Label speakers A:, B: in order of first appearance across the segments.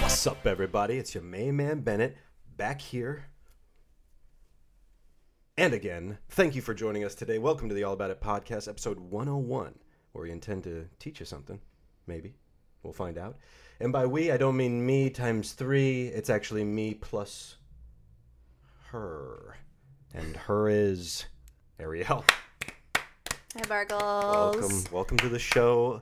A: What's up, everybody? It's your main man Bennett back here. And again, thank you for joining us today. Welcome to the All About It podcast, episode 101, where we intend to teach you something. Maybe. We'll find out. And by we, I don't mean me times three. It's actually me plus her. And her is Ariel.
B: Hi, Bargles.
A: Welcome. Welcome to the show,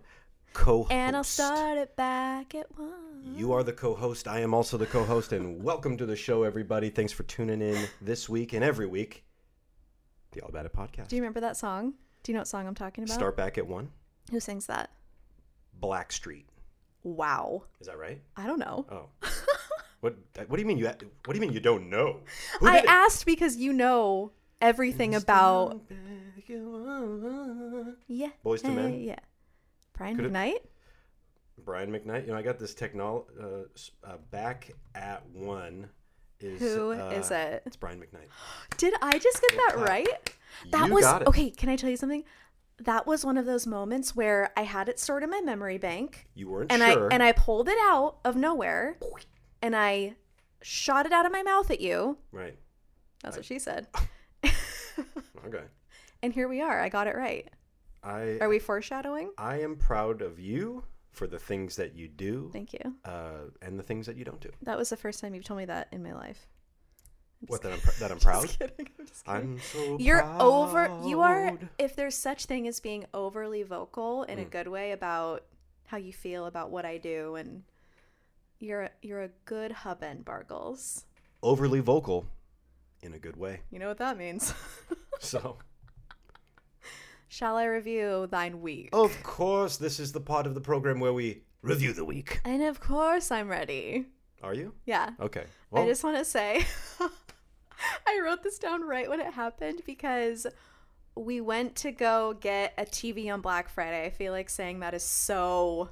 A: co host.
B: And I'll start it back at one.
A: You are the co host. I am also the co host. And welcome to the show, everybody. Thanks for tuning in this week and every week. The All About It podcast.
B: Do you remember that song? Do you know what song I'm talking about?
A: Start back at one.
B: Who sings that?
A: Blackstreet.
B: Wow.
A: Is that right?
B: I don't know.
A: Oh. what What do you mean you What do you mean you don't know? Who
B: I
A: did it?
B: asked because you know everything about.
A: Start back at one.
B: Yeah.
A: Boyz II Men?
B: Yeah. Brian
A: Could've-
B: McKnight?
A: Brian McKnight. You know, I got this technol uh, s- uh, back at one. Is
B: Who
A: uh,
B: is it?
A: It's Brian McKnight.
B: Did I just get that
A: clap.
B: right? That
A: You
B: was
A: got it.
B: okay. Can I tell you something? That was one of those moments where I had it stored in my memory bank,
A: You weren't
B: and
A: sure.
B: I and I pulled it out of nowhere, and I shot it out of my mouth at you.
A: right.
B: That's what she said.
A: Okay.
B: And here we are. I got it right.
A: I
B: Are we foreshadowing?
A: I am proud of you for the things that you do
B: Thank you.
A: uh, and the things that you don't do.
B: That was the first time you've told me that in my life.
A: What that I'm pr- that I'm proud.
B: Just kidding. I'm just kidding.
A: I'm so
B: You're over. You are.
A: proud. Mm.
B: If there's such thing as being overly vocal in a good way about how you feel about what I do, and you're a- you're a good hubbin, Bargles.
A: overly vocal in a good way.
B: You know what that means.
A: So,
B: Shall I review thine week?
A: of course, this is the part of the program where we review the week.
B: And of course, I'm ready.
A: Are you?
B: Yeah.
A: Okay. Well,
B: I just want to say, I wrote this down right when it happened because we went to go get a TV on Black Friday. I feel like saying that is so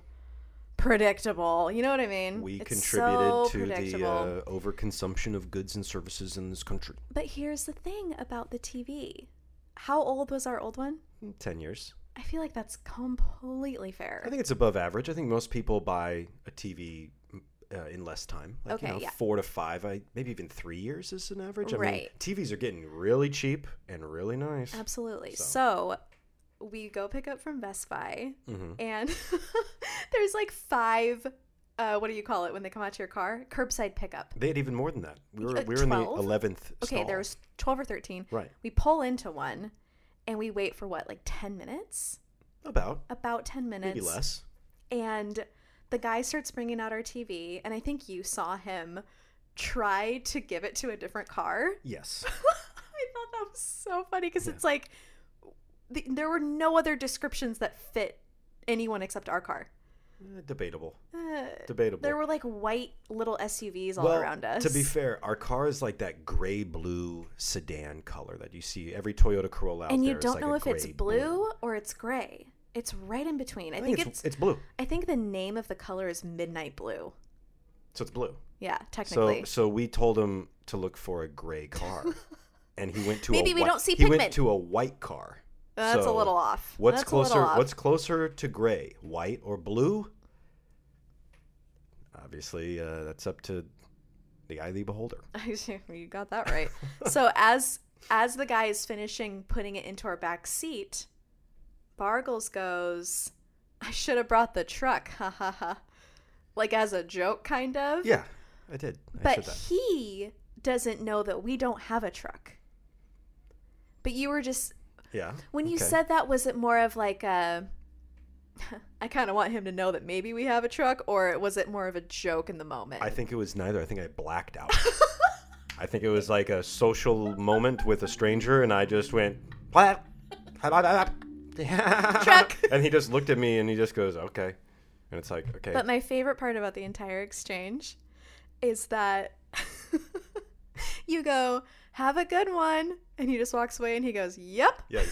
B: predictable. You know what I mean?
A: we
B: It's
A: contributed
B: so
A: to the
B: predictable.
A: uh, overconsumption of goods and services in this country.
B: But here's the thing about the TV. How old was our old one?
A: Ten years.
B: I feel like that's completely fair.
A: I think it's above average. I think most people buy a TV uh, in less time. Like, you
B: Okay,
A: know,
B: yeah.
A: Four to five, I, maybe even three years is an average. I mean,
B: Right.
A: TVs are getting really cheap and really nice.
B: Absolutely.
A: So-
B: So. we go pick up from Best Buy,
A: Mm-hmm.
B: and there's like five. Uh, what do you call it when they come out to your car? Curbside pickup.
A: They had even more than that. We were,
B: Uh,
A: we were in the
B: 12?
A: 11th
B: Okay,
A: stall.
B: there was twelve or thirteen.
A: Right.
B: We pull into one, and we wait for what, like ten minutes?
A: About.
B: About ten minutes,
A: Maybe less.
B: And the guy starts bringing out our TV, and I think you saw him try to give it to a different car.
A: Yes.
B: I thought that was so funny because it's like the, there were no other descriptions that fit anyone except our car.
A: Eh, debatable.
B: Uh,
A: Debatable.
B: there were like white little SUVs all
A: well,
B: around us.
A: to be fair, our car is like that gray blue sedan color that you see every Toyota Corolla out
B: and
A: there
B: you
A: is
B: don't
A: like
B: know
A: a
B: if it's
A: gray
B: blue or it's gray. It's right in between. I,
A: I
B: think,
A: think it's,
B: it's,
A: it's blue.
B: I think the name of the color is midnight blue.
A: So it's blue.
B: Yeah,
A: So
B: technically.
A: so we told him to look for a gray car, and he went to
B: Maybe
A: a
B: we
A: white,
B: don't see
A: he went
B: pigment.
A: to a white car.
B: That's
A: So
B: a little off.
A: What's
B: That's a little
A: closer?
B: off.
A: What's closer to gray, white or blue? Obviously, uh, that's up to the eye of the beholder.
B: you got that right. so as as the guy is finishing putting it into our back seat, Bargles goes, "I should have brought the truck." Ha ha ha. Like as a joke kind of.
A: Yeah, I did. I said
B: But
A: that.
B: he doesn't know that we don't have a truck. But you were just
A: Yeah.
B: when you
A: okay.
B: said that was it more of like a I kind of want him to know that maybe we have a truck or was it more of a joke in the moment?
A: I think it was neither. I think I blacked out. I think it was like a social moment with a stranger, and I just went, "What?" Truck. And he just looked at me, and he just goes, "Okay," and it's like, "Okay."
B: But my favorite part about the entire exchange is that you go, have a good one. And he just walks away and he goes, yep.
A: yeah.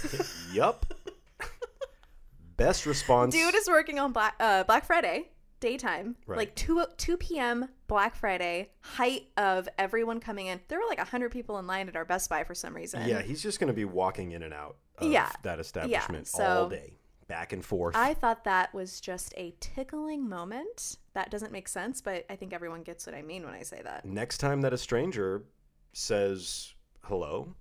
A: yup. Best response.
B: Dude is working on Black, uh, Black Friday, daytime,
A: Right.
B: like uh, 2, 2 p.m. Black Friday, height of everyone coming in. There were like 100 people in line at our Best Buy for some reason.
A: yeah, he's just gonna be walking in and out of
B: Yeah.
A: that establishment
B: so-
A: all day. back and forth.
B: I thought that was just a tickling moment. That doesn't make sense, but I think everyone gets what I mean when I say that.
A: Next time that a stranger says hello,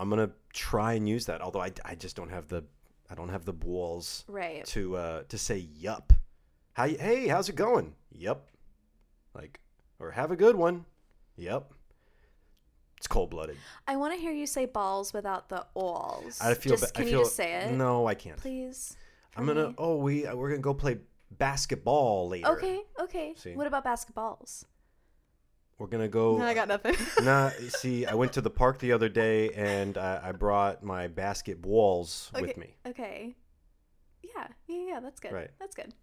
A: I'm gonna try and use that. Although I, I just don't have the I don't have the balls
B: Right.
A: to uh, to say yup. How y- hey, how's it going? Yup. Like or have a good one. Yup. It's cold blooded.
B: I want to hear you say balls without the alls.
A: I feel. ba-
B: Just, can
A: I feel,
B: you just say it?
A: No, I can't.
B: Please.
A: I'm
B: for
A: gonna.
B: me.
A: Oh, we we're gonna go play basketball later.
B: Okay, okay.
A: See?
B: What about basketballs?
A: We're gonna go.
B: No, I got nothing.
A: Nah, see, I went to the park the other day and I, I brought my basketballs
B: okay.
A: with me.
B: Okay. Yeah, yeah, yeah, that's good.
A: Right.
B: That's good.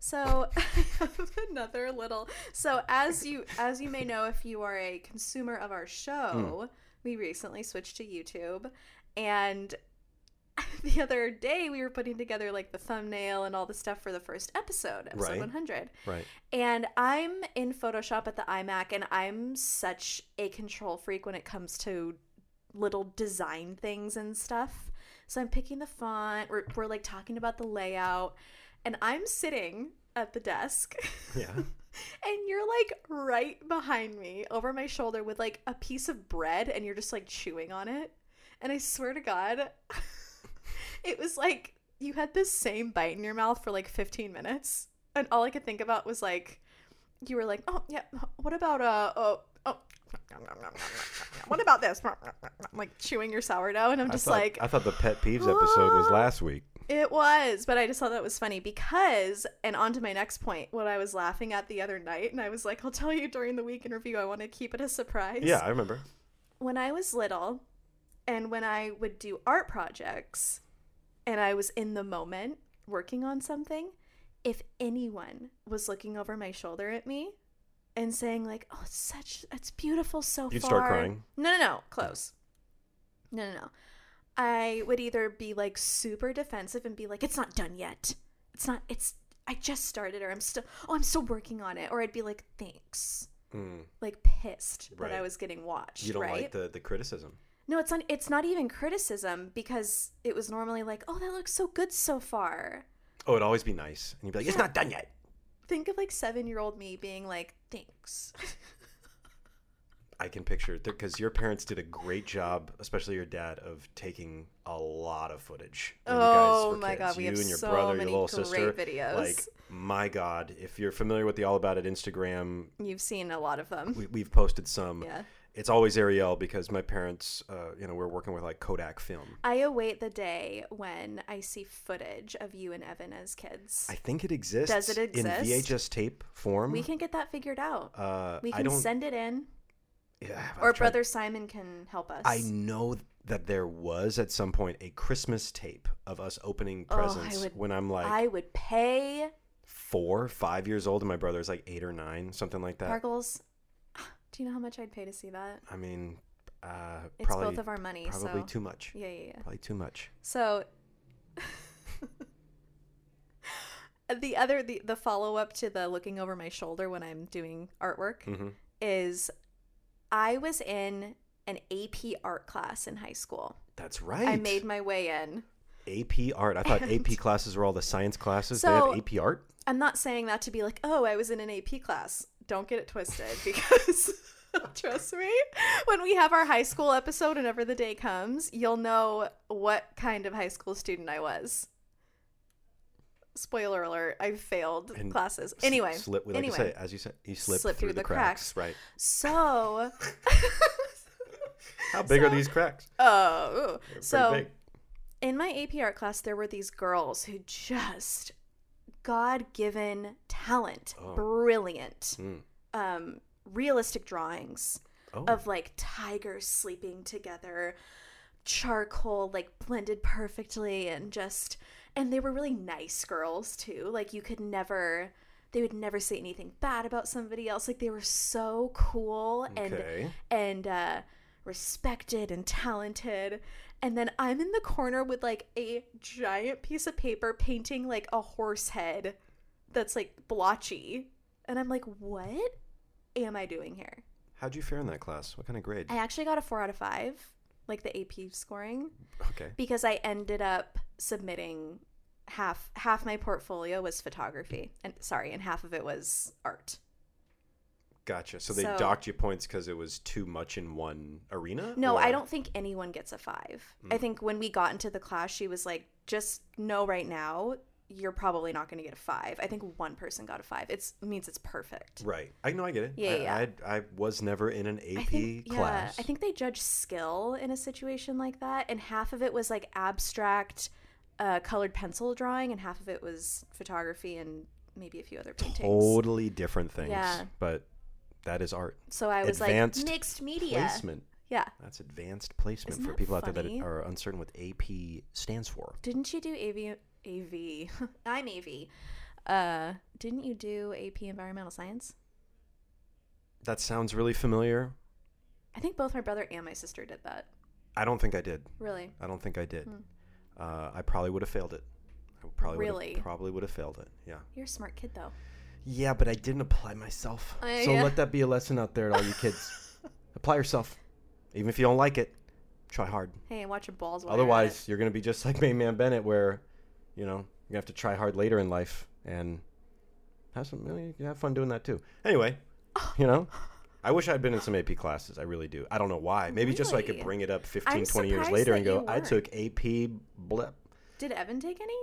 B: So another little so as you as you may know if you are a consumer of our show,
A: Hmm.
B: we recently switched to YouTube and the other day we were putting together like the thumbnail and all the stuff for the first episode, episode
A: Right.
B: 100.
A: Right.
B: And I'm in Photoshop at the iMac, and I'm such a control freak when it comes to little design things and stuff. So I'm picking the font, we're, we're like talking about the layout, and I'm sitting at the desk,
A: Yeah.
B: and you're like right behind me over my shoulder with like a piece of bread, and you're just like chewing on it. And I swear to God, it was like you had this same bite in your mouth for like 15 minutes. And all I could think about was like, you were like, oh, yeah, what about, uh, oh, oh, what about this? like chewing your sourdough. And I'm just
A: I thought,
B: like,
A: I thought the pet peeves episode was last week.
B: it was, but I just thought that was funny because, and on to my next point, what I was laughing at the other night, and I was like, I'll tell you during the week in review, I want to keep it a surprise.
A: Yeah, I remember.
B: When I was little, and when I would do art projects, and I was in the moment working on something, if anyone was looking over my shoulder at me and saying, like, oh, it's such, it's beautiful so
A: You'd
B: far.
A: start crying.
B: No, no, no, close. No, no, no. I would either be like super defensive and be like, it's not done yet. It's not, it's, I just started, or I'm still, oh, I'm still working on it. Or I'd be like, thanks.
A: Mm.
B: Like pissed that I
A: Right.
B: was getting watched.
A: You don't
B: right?
A: like the, the criticism.
B: No, it's not. It's not even criticism because it was normally like, "Oh, that looks so good so far."
A: Oh, it'd always be nice. And you'd be like, it's not done yet.
B: Think of like seven-year-old me being like, "Thanks."
A: I can picture it because your parents did a great job, especially your dad, of taking a lot of footage. when you guys
B: Oh
A: were
B: my God, we have so many great videos.
A: Like, my God, if you're familiar with the All About It Instagram,
B: You've seen a lot of them.
A: we, we've posted some.
B: Yeah.
A: It's always Ariel because my parents, uh, you know, we're working with like Kodak film.
B: I await the day when I see footage of you and Evan as kids.
A: I think it exists.
B: Does it exist?
A: in VHS tape form?
B: we can get that figured out.
A: Uh,
B: we
A: I
B: can
A: don't,
B: send it in,
A: Yeah, I've
B: or
A: tried-
B: Brother Simon can help us.
A: I know that there was at some point a Christmas tape of us opening
B: Oh, I
A: presents
B: would-
A: when I'm like
B: I would pay
A: four, five years old, and my brother's like eight or nine, something like that.
B: Pargles. Do you know how much I'd pay to see that?
A: I mean, uh,
B: It's
A: probably
B: both of our money,
A: probably
B: so
A: too much.
B: yeah, yeah, yeah.
A: Probably too much.
B: So the other the, the follow up to the looking over my shoulder when I'm doing artwork
A: hmm
B: is I was in an AP art class in high school.
A: That's right.
B: I made my way in.
A: AP art. I thought
B: And-
A: AP classes were all the science classes.
B: So-
A: they have AP art.
B: I'm not saying that to be like, "Oh, I was in an AP class." Don't get it twisted because trust me, when we have our high school episode whenever the day comes, you'll know what kind of high school student I was. Spoiler alert, I failed
A: And
B: classes.
A: S-
B: Anyway,
A: slip. Like
B: anyway.
A: you say, as you said, you slip,
B: Slip
A: through,
B: through
A: the,
B: the
A: cracks.
B: cracks.
A: Right.
B: So,
A: How big are
B: So-
A: these cracks?
B: oh, ooh.
A: They're pretty
B: so
A: big.
B: in my AP art class, there were these girls who just God given talent,
A: Oh.
B: brilliant,
A: Mm.
B: um, realistic drawings
A: Oh,
B: of like tigers sleeping together, charcoal like blended perfectly, and just, and they were really nice girls too. Like, you could never. They would never say anything bad about somebody else. Like they were so cool and
A: okay.
B: and uh, respected and talented. And then I'm in the corner with like a giant piece of paper painting like a horse head that's like blotchy. And I'm like, what am I doing here?
A: How'd you fare in that class? What kind of grade?
B: I actually got a four out of five, like the AP scoring,
A: okay.
B: because I ended up submitting half half my portfolio was photography, and sorry, and half of it was art.
A: Gotcha. So they
B: So-
A: docked you points because it was too much in one arena?
B: No, I
A: Or-
B: don't think anyone gets a five. I
A: Mm.
B: think when we got into the class, she was like, just know right now, you're probably not going to get a five. I think one person got a five. It's means it's perfect.
A: Right. I know. I get it.
B: Yeah,
A: I,
B: yeah.
A: I, I was never in an AP
B: I think,
A: class.
B: yeah, I think they judge skill in a situation like that. And half of it was like abstract uh, colored pencil drawing, and half of it was photography and maybe a few other paintings.
A: totally different things.
B: Yeah.
A: But that is art.
B: So I was
A: advanced
B: like, mixed media.
A: Placement.
B: Yeah.
A: That's advanced placement
B: Isn't
A: for
B: that
A: people out there
B: funny?
A: that are uncertain what AP stands for.
B: Didn't you do AV? AV. I'm AV. Uh, didn't you do AP Environmental Science?
A: That sounds really familiar.
B: I think both my brother and my sister did that.
A: I don't think I did.
B: Really?
A: I don't think I
B: Hmm.
A: did. Uh, I probably would have failed it. I probably
B: Really?
A: would've, probably would have failed it. Yeah.
B: You're a smart kid, though.
A: Yeah, but I didn't apply myself.
B: I-
A: so let that be a lesson out there to all you kids. apply yourself, even if you don't like it. Try hard.
B: Hey, watch your balls. while you're at
A: Otherwise, you're going to be just like Main Man Bennett, where, you know, you have to try hard later in life and have some, you, know, you can have fun doing that too. Anyway, you know, I wish I'd been in some AP classes. I really do. I don't know why. Maybe just so I could
B: Really?
A: bring it up 15,
B: I'm
A: 20 years
B: surprised
A: later
B: that
A: and go,
B: you
A: I took AP blip.
B: it. Did Evan take any?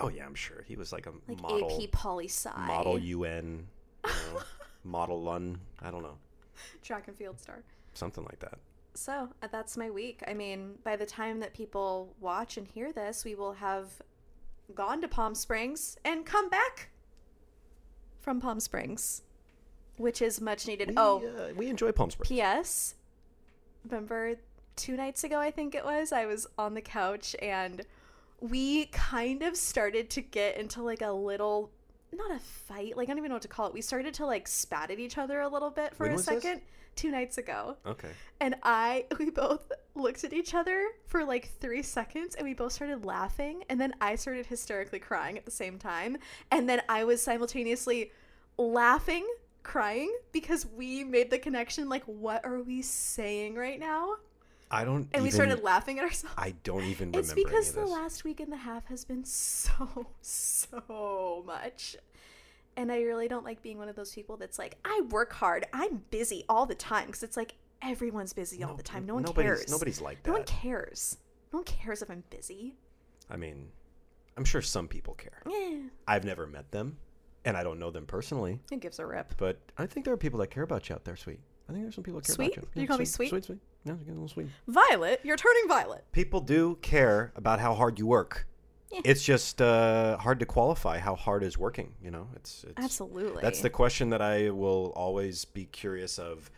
A: Oh, yeah, I'm sure. He was like a
B: Like
A: model,
B: AP Poli Sci.
A: model UN, you know, model LUN. I don't know.
B: Track and field star.
A: Something like that.
B: So uh, that's my week. I mean, by the time that people watch and hear this, we will have gone to Palm Springs and come back from Palm Springs, which is much needed.
A: We,
B: oh,
A: uh, we enjoy Palm Springs.
B: P.S. Remember two nights ago, I think it was, I was on the couch and we kind of started to get into like a little, not a fight, like I don't even know what to call it. We started to like spat at each other a little bit for
A: When
B: a
A: was this?
B: second two nights ago.
A: Okay.
B: And I, we both looked at each other for like three seconds and we both started laughing. And then I started hysterically crying at the same time. And then I was simultaneously laughing, crying because we made the connection like, what are we saying right now?
A: I don't.
B: And we
A: even-
B: started laughing at ourselves.
A: I don't even remember.
B: It's
A: any
B: because
A: of
B: the
A: this.
B: last week and a half has been so, so much. And I really don't like being one of those people that's like, I work hard, I'm busy all the time. Because it's like, everyone's busy all
A: No-
B: the time. No one
A: nobody's,
B: cares.
A: Nobody's like that.
B: no one cares. No one cares if I'm busy.
A: I mean, I'm sure some people care.
B: Eh,
A: I've never met them, and I don't know them personally,
B: who gives a rip?
A: but I think there are people that care about you out there, sweet. I think there's some people that care
B: Sweet?
A: about you.
B: Did you call me sweet?
A: Sweet, sweet. Yeah, you're getting a little sweet.
B: Violet, you're turning violet.
A: People do care about how hard you work.
B: Yeah.
A: It's just uh, hard to qualify how hard is working. You know, it's, it's
B: Absolutely.
A: That's the question that I will always be curious of.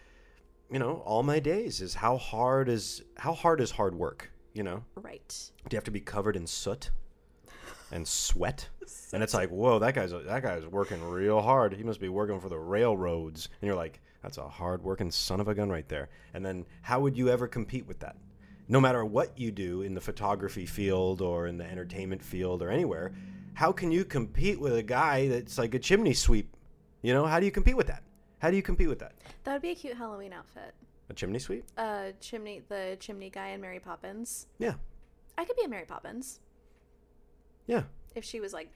A: You know, all my days is how hard is how hard is hard work. You know,
B: right.
A: do you have to be covered in soot and sweat? and it's like, whoa, that guy's that guy's working real hard. He must be working for the railroads. And you're like, that's a hard working son of a gun right there. And then how would you ever compete with that? No matter what you do in the photography field or in the entertainment field or anywhere, how can you compete with a guy that's like a chimney sweep? You know, how do you compete with that? How do you compete with that?
B: That would be a cute Halloween outfit.
A: A chimney sweep?
B: Uh, chimney, the chimney guy and Mary Poppins.
A: Yeah.
B: I could be a Mary Poppins
A: Yeah.
B: if she was like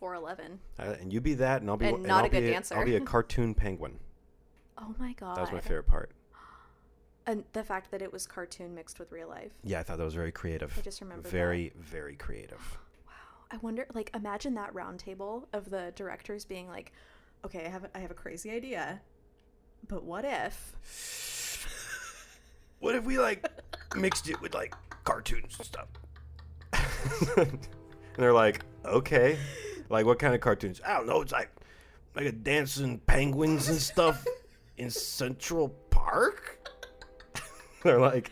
B: 4'11.
A: Uh, and you be that, and I'll be
B: And
A: and
B: not
A: I'll
B: a good
A: be I'll
B: dancer.
A: be a cartoon penguin.
B: Oh my god.
A: That was my favorite part.
B: And the fact that it was cartoon mixed with real life.
A: Yeah, I thought that was very creative.
B: I just remembered that.
A: Very, very creative.
B: I wonder like imagine that round table of the directors being like, "Okay, I have I have a crazy idea. But what if?"
A: What if we like mixed it with like cartoons and stuff? and they're like, okay, like what kind of cartoons? I don't know. It's like like a dancing penguins and stuff in Central Park. they're like,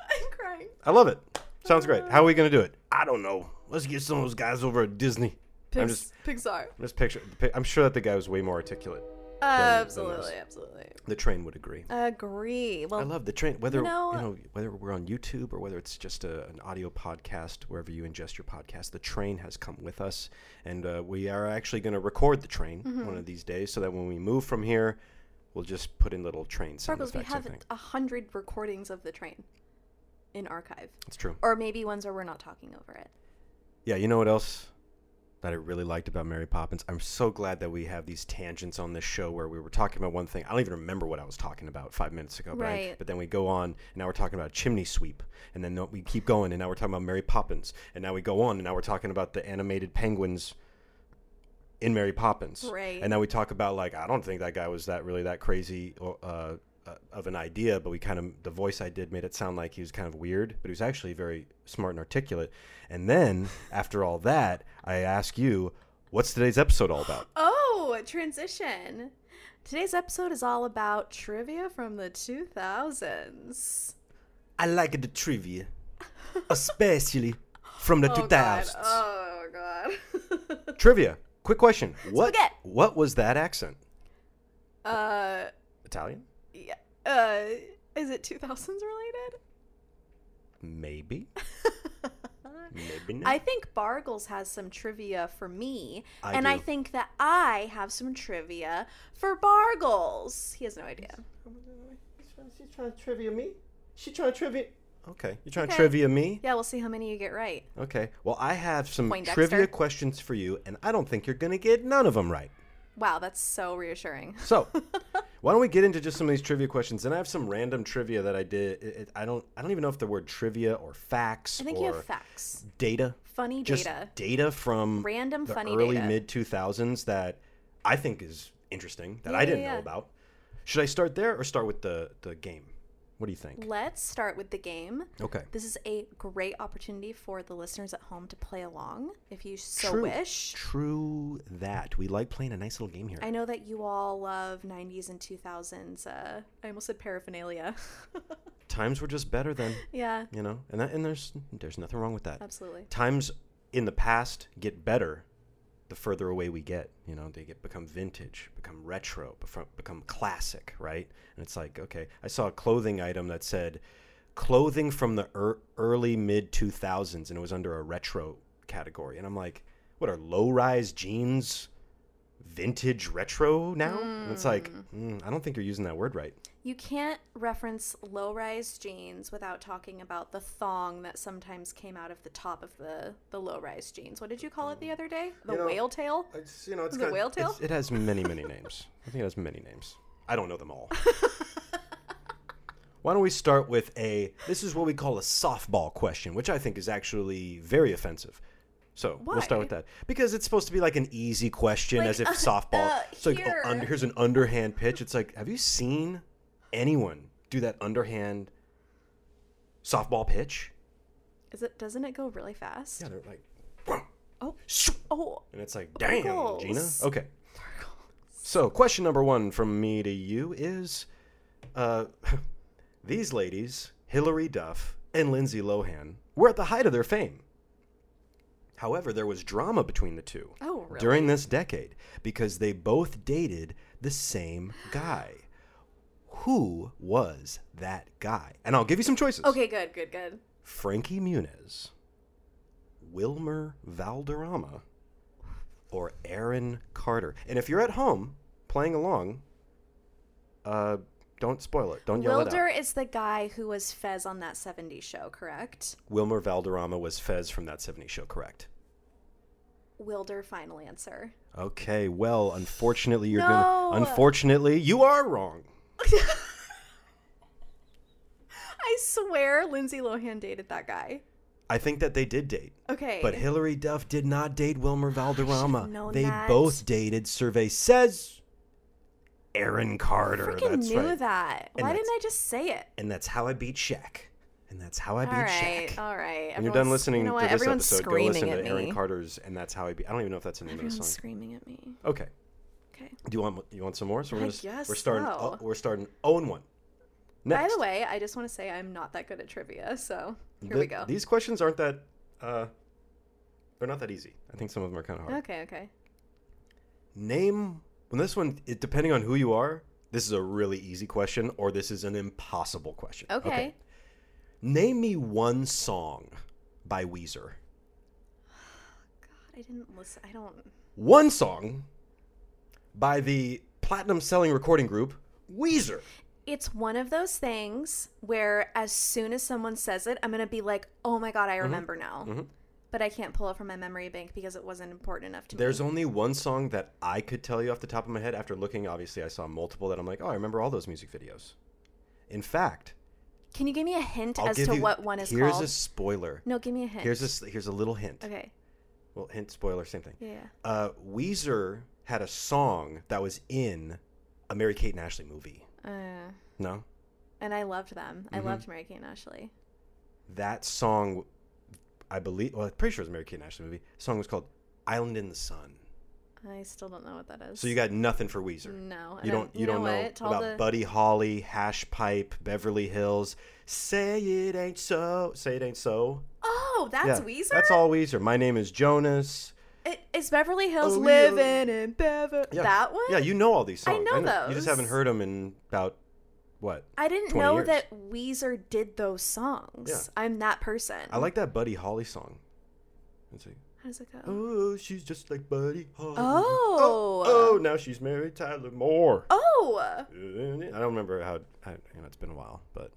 B: I'm crying.
A: I love it. Sounds great. How are we gonna do it? I don't know. Let's get some of those guys over at Disney. I'm just,
B: Pix- Pixar.
A: I'm just picture. I'm sure that the guy was way more articulate.
B: Absolutely, absolutely.
A: The train would agree.
B: Agree. Well,
A: I love the train. Whether you know,
B: know-
A: whether we're on YouTube or whether it's just a, an audio podcast, wherever you ingest your podcast, the train has come with us, and uh, we are actually going to record the train
B: Mm-hmm.
A: one of these days, so that when we move from here, we'll just put in little train sound
B: Sparkles, we
A: effects. I
B: have
A: think
B: a hundred recordings of the train in archive,
A: it's true.
B: or maybe ones where we're not talking over it.
A: Yeah, you know what else that I really liked about Mary Poppins. I'm so glad that we have these tangents on this show where we were talking about one thing. I don't even remember what I was talking about five minutes ago, but, I-
B: Right.
A: but then we go on and now we're talking about chimney sweep, and then we keep going and now we're talking about Mary Poppins, and now we go on and now we're talking about the animated penguins in Mary Poppins,
B: Right.
A: And now we talk about like I don't think that guy was that really that crazy or, uh, uh, of an idea, but we kind of the voice I did made it sound like he was kind of weird, but he was actually very smart and articulate. And then after all that, I ask you, what's today's episode all about?
B: Oh, a transition. Today's episode is all about trivia from the 2000s.
A: I like the trivia, especially from the
B: Oh, God. Oh, God.
A: Trivia. Quick question. What
B: Spaghetti.
A: what was that accent?
B: uh,
A: Italian?
B: yeah, uh, is it 2000s related?
A: Maybe. Maybe not.
B: I think Bargles has some trivia for me,
A: I
B: and I
A: do.
B: think that I have some trivia for Bargles. He has no idea.
A: She's trying to trivia me. She trying to trivia. Okay, you're trying to
B: Okay.
A: trivia me.
B: Yeah, we'll see how many you get right.
A: Okay. Well, I have some
B: Poindexter.
A: trivia questions for you, and I don't think you're gonna get none of them right.
B: Wow, that's so reassuring.
A: So, why don't we get into just some of these trivia questions? And I have some random trivia that I did. It, it- I don't. I don't even know if the word trivia or facts
B: I think
A: or
B: you have facts,
A: data.
B: funny
A: Just
B: data,
A: data from
B: random
A: the
B: funny
A: early
B: data.
A: mid 2000s that I think is interesting that
B: Yeah,
A: I
B: yeah,
A: didn't
B: yeah.
A: know about. Should I start there or start with the the game? What do you think?
B: Let's start with the game.
A: Okay.
B: This is a great opportunity for the listeners at home to play along if you so
A: True.
B: wish.
A: True that. We like playing a nice little game here.
B: I know that you all love 90s and 2000s. Uh, I almost said paraphernalia.
A: Times were just better then,
B: yeah,
A: you know. And that, and there's there's nothing wrong with that.
B: absolutely.
A: Times in the past get better the further away we get, you know. They get become vintage, become retro, become, become classic, right? And it's like, okay, I saw a clothing item that said clothing from the ear early mid 2000s and it was under a retro category. And I'm like, what are low-rise jeans? vintage retro now and it's like mm, i don't think you're using that word right
B: You can't reference low rise jeans without talking about the thong that sometimes came out of the top of the, the low rise jeans. What did you call it the other day?
A: Mm.
B: The
A: You know,
B: whale tail?
A: It's you know, it's
B: Is it
A: got-
B: whale
A: it's-
B: tail?
A: It has many, many names. I think it has many names. I don't know them all. Why don't we start with a? This is what we call a softball question, which I think is actually very offensive. So we'll start
B: Why?
A: with that because it's supposed to be like an easy question,
B: Like,
A: as if
B: uh,
A: softball.
B: uh,
A: it's like oh,
B: here.
A: under, here's an underhand pitch. It's like, have you seen anyone do that underhand softball pitch?
B: Is it? Doesn't it go really fast?
A: Yeah, they're like, "Whoa."
B: Oh.
A: Shoo.
B: Oh,
A: and it's like, damn, Gina.
B: Sparkles.
A: Okay. So, question number one from me to you is uh, these ladies, Hilary Duff and Lindsay Lohan, were at the height of their fame. However, there was drama between the two
B: oh, really?
A: during this decade because they both dated the same guy. Who was that guy? And I'll give you some choices
B: Okay, good, good, good.
A: Frankie Muniz, Wilmer Valderrama, or Aaron Carter. And if you're at home playing along, uh, don't spoil it. Don't yell it
B: Wilder
A: out.
B: is the guy who was Fez on that 70s show, correct?
A: Wilmer Valderrama was Fez from that 70s show, correct?
B: Wilder, final answer.
A: Okay, well, unfortunately, you're
B: No!
A: gonna. Unfortunately, you are wrong.
B: I swear Lindsay Lohan dated that guy.
A: I think that they did date.
B: Okay.
A: But Hilary Duff did not date Wilmer Valderrama.
B: known
A: they
B: that.
A: both dated, survey says, Aaron Carter.
B: freaking
A: That's
B: knew
A: right.
B: that.
A: And
B: Why
A: that's-
B: didn't I just say it?
A: and that's how I beat Shaq. And that's how I beat
B: All right,
A: Shaq.
B: all right.
A: when you're done
B: oh, Everyone's-
A: listening
B: you know
A: to
B: what?
A: this
B: Everyone's
A: episode, go
B: screaming
A: listen to
B: at me.
A: Aaron Carter's "And That's How I Beat." I don't even know if that's the name of the
B: Everyone's
A: song.
B: screaming at me.
A: Okay,
B: Okay.
A: do you want you want some more? So we're
B: I
A: gonna s- we're
B: guess
A: starting
B: so.
A: oh, we're starting zero and one. Next,
B: By the way, I just want to say I'm not that good at trivia, so here we
A: th-
B: go.
A: These questions aren't that uh, they're not that easy. I think some of them are kind of hard.
B: Okay, okay.
A: Name well, this one. It, depending on who you are, this is a really easy question, or this is an impossible question.
B: Okay.
A: Name me one song by Weezer.
B: God, I didn't listen. I don't.
A: one song by the platinum selling recording group Weezer.
B: It's one of those
A: Mm-hmm.
B: things where as soon as someone says it, I'm going to be like, oh my God, I remember now. but I can't pull it from my memory bank because it wasn't important enough to me.
A: There's only one song that I could tell you off the top of my head after looking. Obviously, I saw multiple that I'm like, oh, I remember all those music videos. In fact,
B: Can you give me a hint
A: I'll
B: as
A: give
B: to
A: you.
B: what one is
A: here's
B: called?
A: a spoiler.
B: No, give me a hint.
A: Here's a s- here's a little hint.
B: Okay.
A: Well, hint, spoiler, same thing.
B: Yeah.
A: Uh, Weezer had a song that was in a Mary Kate and Ashley movie.
B: Uh,
A: No,
B: and I loved them. I
A: Mhm.
B: loved Mary Kate and Ashley.
A: that song, I believe. Well, I'm pretty sure it was a Mary Kate and Ashley movie. The song was called "Island in the Sun."
B: I still don't know what that is.
A: So you got nothing for Weezer.
B: no. and
A: You don't.
B: Mm, I,
A: You don't know
B: what? To all
A: about
B: the-
A: Buddy Holly, Hash Pipe, Beverly Hills. Say it ain't so. Say it ain't so.
B: Oh,
A: Yeah,
B: that's Weezer.
A: That's all Weezer. My name is Jonas.
B: It, it's Beverly Hills
A: Oh, yeah.
B: living in Beverly.
A: Yeah.
B: That one.
A: Yeah, you know all these
B: I
A: songs.
B: know
A: You just
B: those.
A: haven't heard them in about what?
B: I didn't
A: 20
B: know
A: years.
B: that Weezer did those songs.
A: Yeah.
B: I'm that person.
A: I like that Buddy Holly song. Let's see.
B: How does it go?
A: Oh, she's just like Buddy Holly.
B: Oh.
A: Oh, oh, now she's married Tyler Moore.
B: Oh,
A: I don't remember how. I, you know, it's been a while, but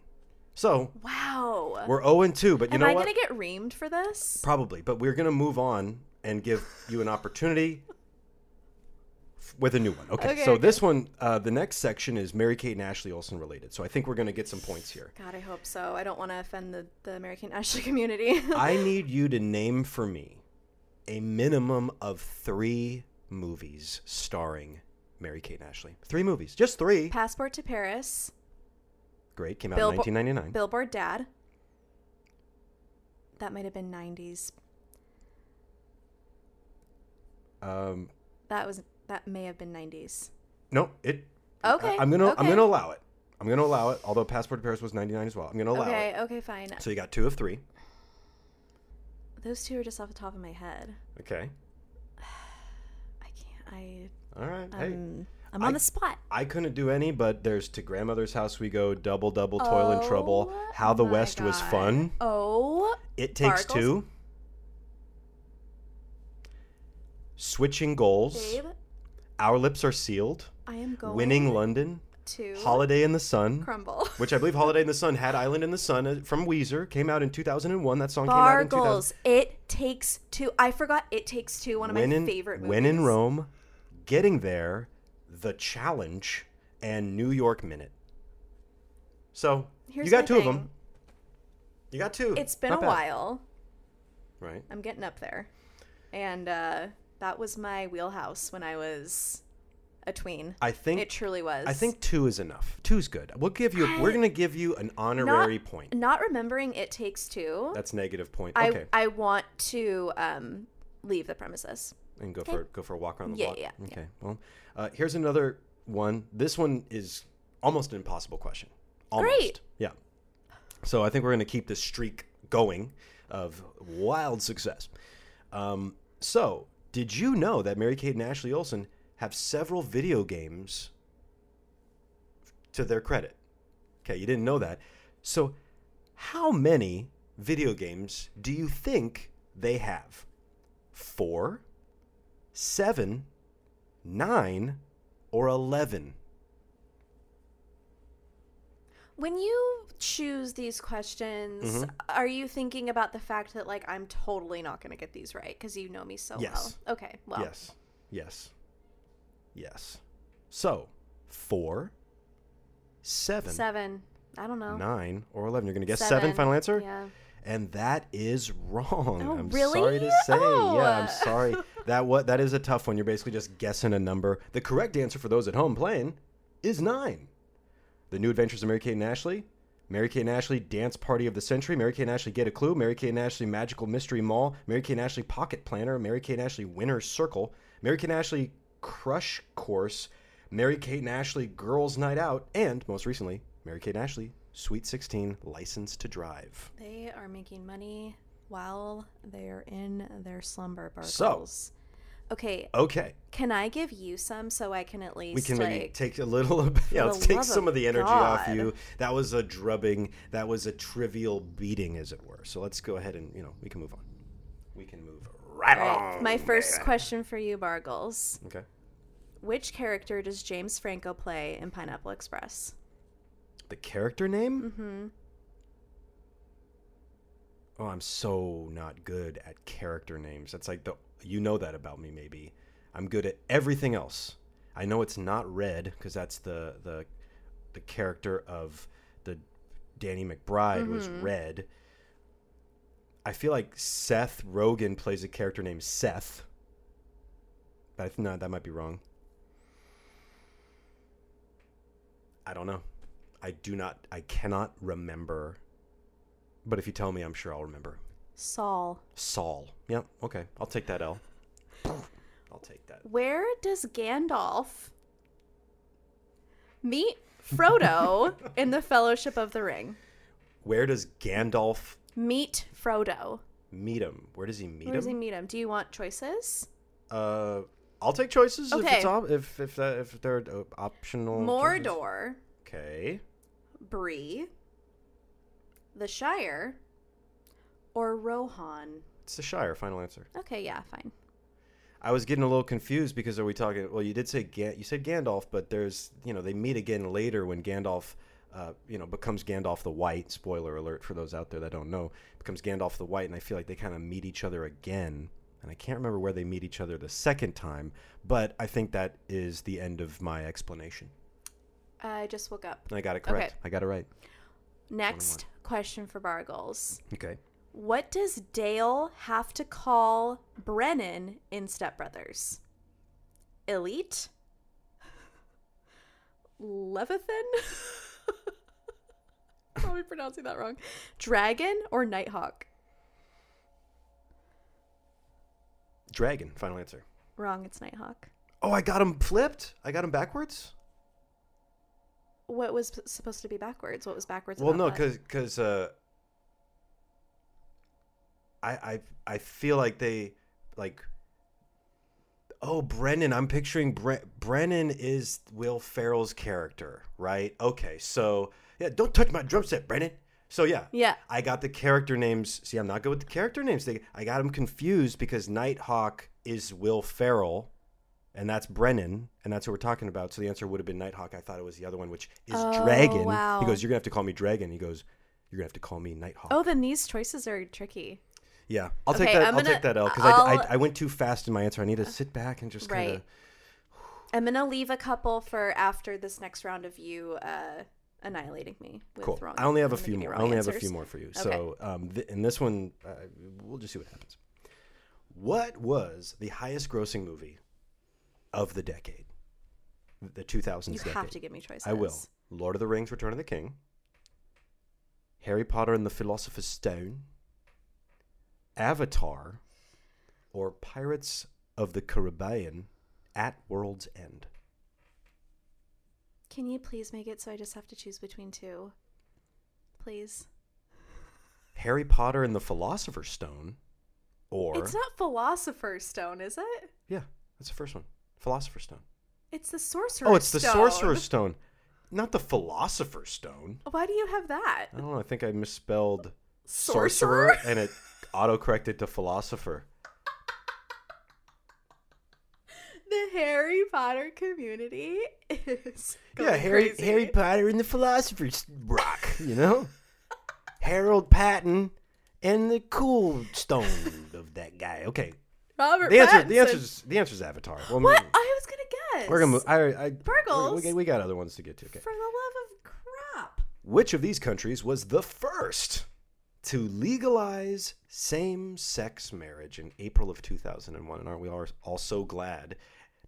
A: so
B: wow.
A: we're zero and two. But you
B: Am
A: know
B: I
A: what?
B: gonna get reamed for this?
A: Probably, but we're gonna move on and give you an opportunity f- with a new one. Okay.
B: Okay,
A: so
B: okay.
A: this one, uh, the next section is Mary Kate and Ashley Olsen related. So I think we're gonna get some points here.
B: God, I hope so. I don't want to offend the, the American Ashley community.
A: I need you to name for me a minimum of three movies starring Mary Kate and Ashley. Three movies, just three.
B: Passport to Paris,
A: Great, came out
B: Bilbo-
A: in 1999.
B: Billboard Dad. That might have been 90s.
A: um,
B: That was that may have been 90s.
A: no, it.
B: Okay,
A: I, am gonna I'm
B: okay.
A: gonna allow it. I'm gonna allow it. Although Passport to Paris was 99 as well, I'm gonna allow
B: okay,
A: it.
B: okay, fine.
A: So you got two of three.
B: Those two are just off the top of my head.
A: Okay.
B: I can't. I
A: All right. hey.
B: um, I'm on
A: I-
B: the spot.
A: I couldn't do any, but there's to grandmother's house we go, double double toil and trouble,
B: Oh
A: how the
B: my
A: west was
B: God.
A: fun,
B: Oh,
A: it takes
B: Sparkles.
A: two, switching goals,
B: babe,
A: our lips are sealed,
B: I am going
A: winning London,
B: to
A: holiday in the sun,
B: crumble.
A: which I believe Holiday in the Sun had Island in the Sun uh, from Weezer, came out in 2001. That song came out in 2000.
B: Bargles. It takes two. I forgot. It takes two. One of
A: when
B: my
A: in,
B: favorite movies.
A: When in Rome, Getting There, The Challenge, and New York Minute. So
B: Here's
A: you got
B: my
A: two of them.
B: thing.
A: You got two.
B: It's been
A: Not
B: a
A: bad.
B: while.
A: right?
B: I'm getting up there, and uh, that was my wheelhouse when I was a tween.
A: I think
B: it truly was.
A: I think two is enough. Two's good. We'll give you. we're
B: I-
A: gonna give you an honorary point.
B: not remembering it takes two.
A: That's negative point.
B: I
A: okay,
B: I want to um leave the premises.
A: and go for go for a walk around the
B: Yeah,
A: block.
B: yeah, yeah.
A: Okay. Well, uh, here's another one. This one is almost an impossible question. Almost.
B: Great.
A: Yeah. So I think we're gonna keep this streak going of wild success. Um, so did you know that Mary Kate and Ashley Olsen have several video games to their credit? Okay, you didn't know that. So, how many video games do you think they have? Four, seven, nine, or 11?
B: When you choose these questions,
A: Mm-hmm.
B: are you thinking about the fact that like I'm totally not going to get these right because you know me so
A: Yes.
B: well? Okay, well,
A: Yes, yes, yes. So, four, seven,
B: seven. I don't know.
A: nine, or 11. You're going to guess seven. final answer?
B: Yeah.
A: And that is wrong.
B: Oh,
A: I'm
B: really?
A: sorry to say.
B: Oh.
A: Yeah, I'm sorry. that what that is a tough one. You're basically just guessing a number. The correct answer for those at home playing is nine. The New Adventures of Mary Kate and Ashley, Mary Kate and Ashley Dance Party of the Century, Mary Kate and Ashley Get a Clue, Mary Kate and Ashley Magical Mystery Mall, Mary Kate and Ashley Pocket Planner, Mary Kate and Ashley Winner's Circle, Mary Kate and Ashley Crush Course, Mary Kate and Ashley Girls Night Out, and most recently, Mary Kate and Ashley Sweet 16 License to Drive.
B: They are making money while they're in their slumber
A: So-
B: barcels. okay,
A: Okay.
B: can I give you some so I can at least
A: we can
B: like
A: maybe take a little of yeah
B: the
A: let's take
B: love
A: some of
B: of
A: the energy off
B: God.
A: you that was a drubbing that was a trivial beating as it were so let's go ahead and you know we can move on we can move right
B: Alright,
A: on
B: my first question for you, Bargles.
A: okay
B: Which character does James Franco play in Pineapple Express?
A: the character name
B: Mm-hmm.
A: oh, I'm so not good at character names. That's like the you know that about me maybe. I'm good at everything else. I know it's not red because that's the the the character of the Danny McBride was
B: Mhm.
A: red. I feel like Seth Rogen plays a character named Seth. But I th- no, that might be wrong. I don't know. I do not. I cannot remember. But if you tell me, I'm sure I'll remember.
B: Saul.
A: Saul. Yep. Okay. I'll take that L. I'll take that.
B: Where does Gandalf meet Frodo in the Fellowship of the Ring?
A: Where does Gandalf
B: Meet Frodo.
A: meet him? Where does he meet
B: Where does he
A: him?
B: meet him? Do you want choices?
A: Uh, I'll take choices if
B: Okay.
A: it's op- if if that, if they're uh, optional. choices.
B: Mordor,
A: Okay.
B: Bree, the Shire, or Rohan?
A: It's the Shire. Final answer.
B: Okay, yeah, fine.
A: I was getting a little confused because are we talking? Well, you did say Gan- you said Gandalf, but there's you know they meet again later when Gandalf, uh, you know, becomes Gandalf the White. Spoiler alert for those out there that don't know, becomes Gandalf the White, and I feel like they kind of meet each other again. And I can't remember where they meet each other the second time, but I think that is the end of my explanation.
B: I just woke up.
A: I got it correct. I got it right.
B: Next question for Bargles.
A: Okay.
B: What does Dale have to call Brennan in Step Brothers? Elite? Levithan? Probably pronouncing that wrong. Dragon or Nighthawk?
A: Dragon. Final answer.
B: Wrong, it's Nighthawk.
A: Oh, I got him flipped. I got him backwards.
B: What was p- supposed to be backwards? What was backwards?
A: well
B: about
A: no
B: that?
A: because because uh I, I i feel like they like oh brennan i'm picturing Bre- brennan is will farrell's character right okay so yeah don't touch my drum set brennan so yeah
B: Yeah.
A: I got the character names. See, I'm not good with the character names. They, I got them confused because Nighthawk is Will Ferrell, and that's Brennan, and that's who we're talking about. So the answer would have been Nighthawk. I thought it was the other one, which is
B: Oh,
A: Dragon.
B: wow.
A: He goes, "You're gonna have to call me Dragon." He goes, "You're gonna have to call me Nighthawk."
B: Oh, then these choices are tricky.
A: yeah, I'll take
B: Okay,
A: that.
B: I'm
A: I'll
B: gonna-
A: take that L because I, I,
B: I'll-
A: I went too fast in my answer. I need to sit back and just kind of.
B: Right. I'm gonna leave a couple for after this next round of you uh, annihilating me. With
A: Cool.
B: Wrong,
A: I only have a
B: I'm gonna
A: few
B: give you
A: more. I
B: wrong
A: only have a
B: answers.
A: few more for you. So, um, th- and this one, uh, we'll just see what happens. What was the highest grossing movie of the decade? The 2000s
B: You
A: decade.
B: have to give me choices.
A: I will. Lord of the Rings, Return of the King, Harry Potter and the Philosopher's Stone, Avatar, or Pirates of the Caribbean at World's End.
B: Can you please make it so I just have to choose between two? Please.
A: Harry Potter and the Philosopher's Stone, or.
B: It's not Philosopher's Stone, is it?
A: Yeah, that's the first one. Philosopher's Stone.
B: It's the Sorcerer's
A: oh, it's the
B: Stone.
A: Sorcerer's Stone, not the Philosopher's Stone.
B: Why do you have that?
A: I don't know. I think I misspelled
B: Sorcerer?
A: Uh, sorcerer, and it autocorrected to philosopher.
B: The Harry Potter community is
A: yeah,
B: going
A: Harry
B: crazy.
A: Harry Potter and the Philosopher's Rock. You know, Harold Patton and the cool stone of that guy. Okay,
B: Robert
A: the answer the
B: Pattinson.
A: answer is the answer is Avatar. Well,
B: What? I was gonna guess.
A: We're gonna move. I, I,
B: Burgles.
A: We, we got other ones to get to. Okay.
B: For the love of crap.
A: Which of these countries was the first to legalize same sex marriage in April of 2001? And aren't we all, all so glad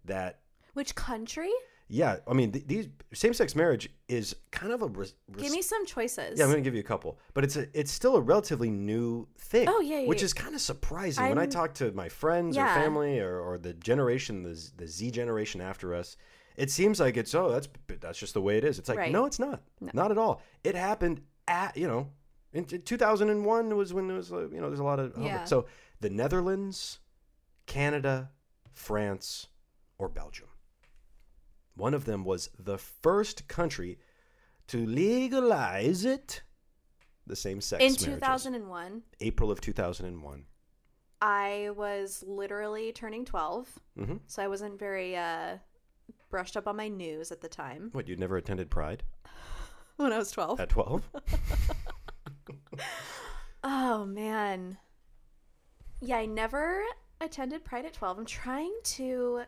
A: that,
B: Which country?
A: yeah, I mean, th- these same sex marriage is kind of a. Res-
B: Give me some choices.
A: yeah, I'm going to give you a couple, but it's a, it's still a relatively new thing.
B: Oh, yeah, yeah,
A: which
B: yeah.
A: is kind of surprising. when I
B: I'm-
A: talk to my friends
B: Yeah.
A: or family or, or the generation, the Z, the Z generation after us, it seems like it's oh that's that's just the way it is. It's like
B: Right.
A: no, it's not, not at all. It happened at you know in t- 2001 was when it was uh, you know there's a lot of
B: Yeah.
A: so the Netherlands, Canada, France, or Belgium. One of them was the first country to legalize it, the same sex
B: in
A: marriages.
B: 2001,
A: April of 2001.
B: I was literally turning 12,
A: hmm
B: so I wasn't very uh, brushed up on my news at the time
A: What, you'd never
B: Oh.
A: attended Pride
B: when I was 12.
A: at 12?
B: Oh man. Yeah, I never attended Pride at 12. I'm trying to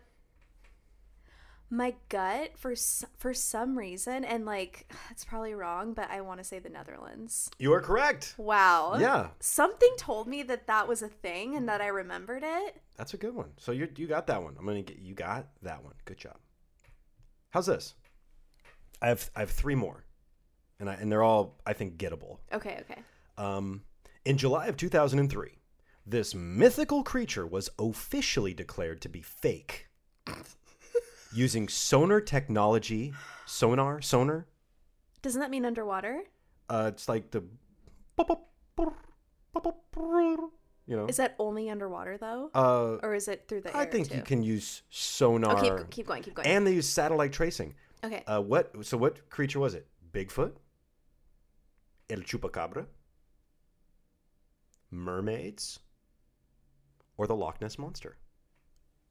B: my gut for s- for some reason and like it's probably wrong, but I want to say the Netherlands.
A: You are correct.
B: Wow.
A: Yeah,
B: Something told me that that was a thing and that I remembered it.
A: that's a good one. So you you got that one. I'm gonna get you got that one. Good job. How's this? I have I have three more, and I and they're all I think gettable.
B: Okay, okay.
A: Um, in July of 2003, this mythical creature was officially declared to be fake using sonar technology. Sonar, sonar.
B: Doesn't that mean underwater?
A: Uh, it's like the, you know.
B: Is that only underwater though?
A: Uh,
B: or is it through the
A: I
B: air
A: think
B: too?
A: you can use sonar,
B: Oh, keep, keep going, keep going.
A: and they use satellite tracing.
B: okay.
A: Uh, what? So what creature was it? Bigfoot, El Chupacabra, mermaids, or the Loch Ness monster?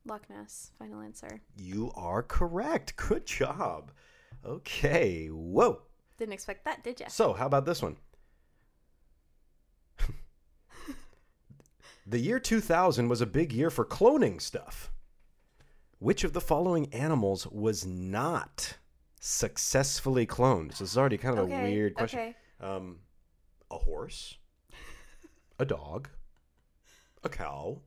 B: Loch Ness, final answer.
A: You are correct. Good job. Okay. Whoa.
B: Didn't expect that, did ya?
A: So how about this one? the year 2000 was a big year for cloning stuff. Which of the following animals was not successfully cloned? So this is already kind of a
B: Okay,
A: weird question.
B: okay.
A: Um, a horse, a dog, a cow,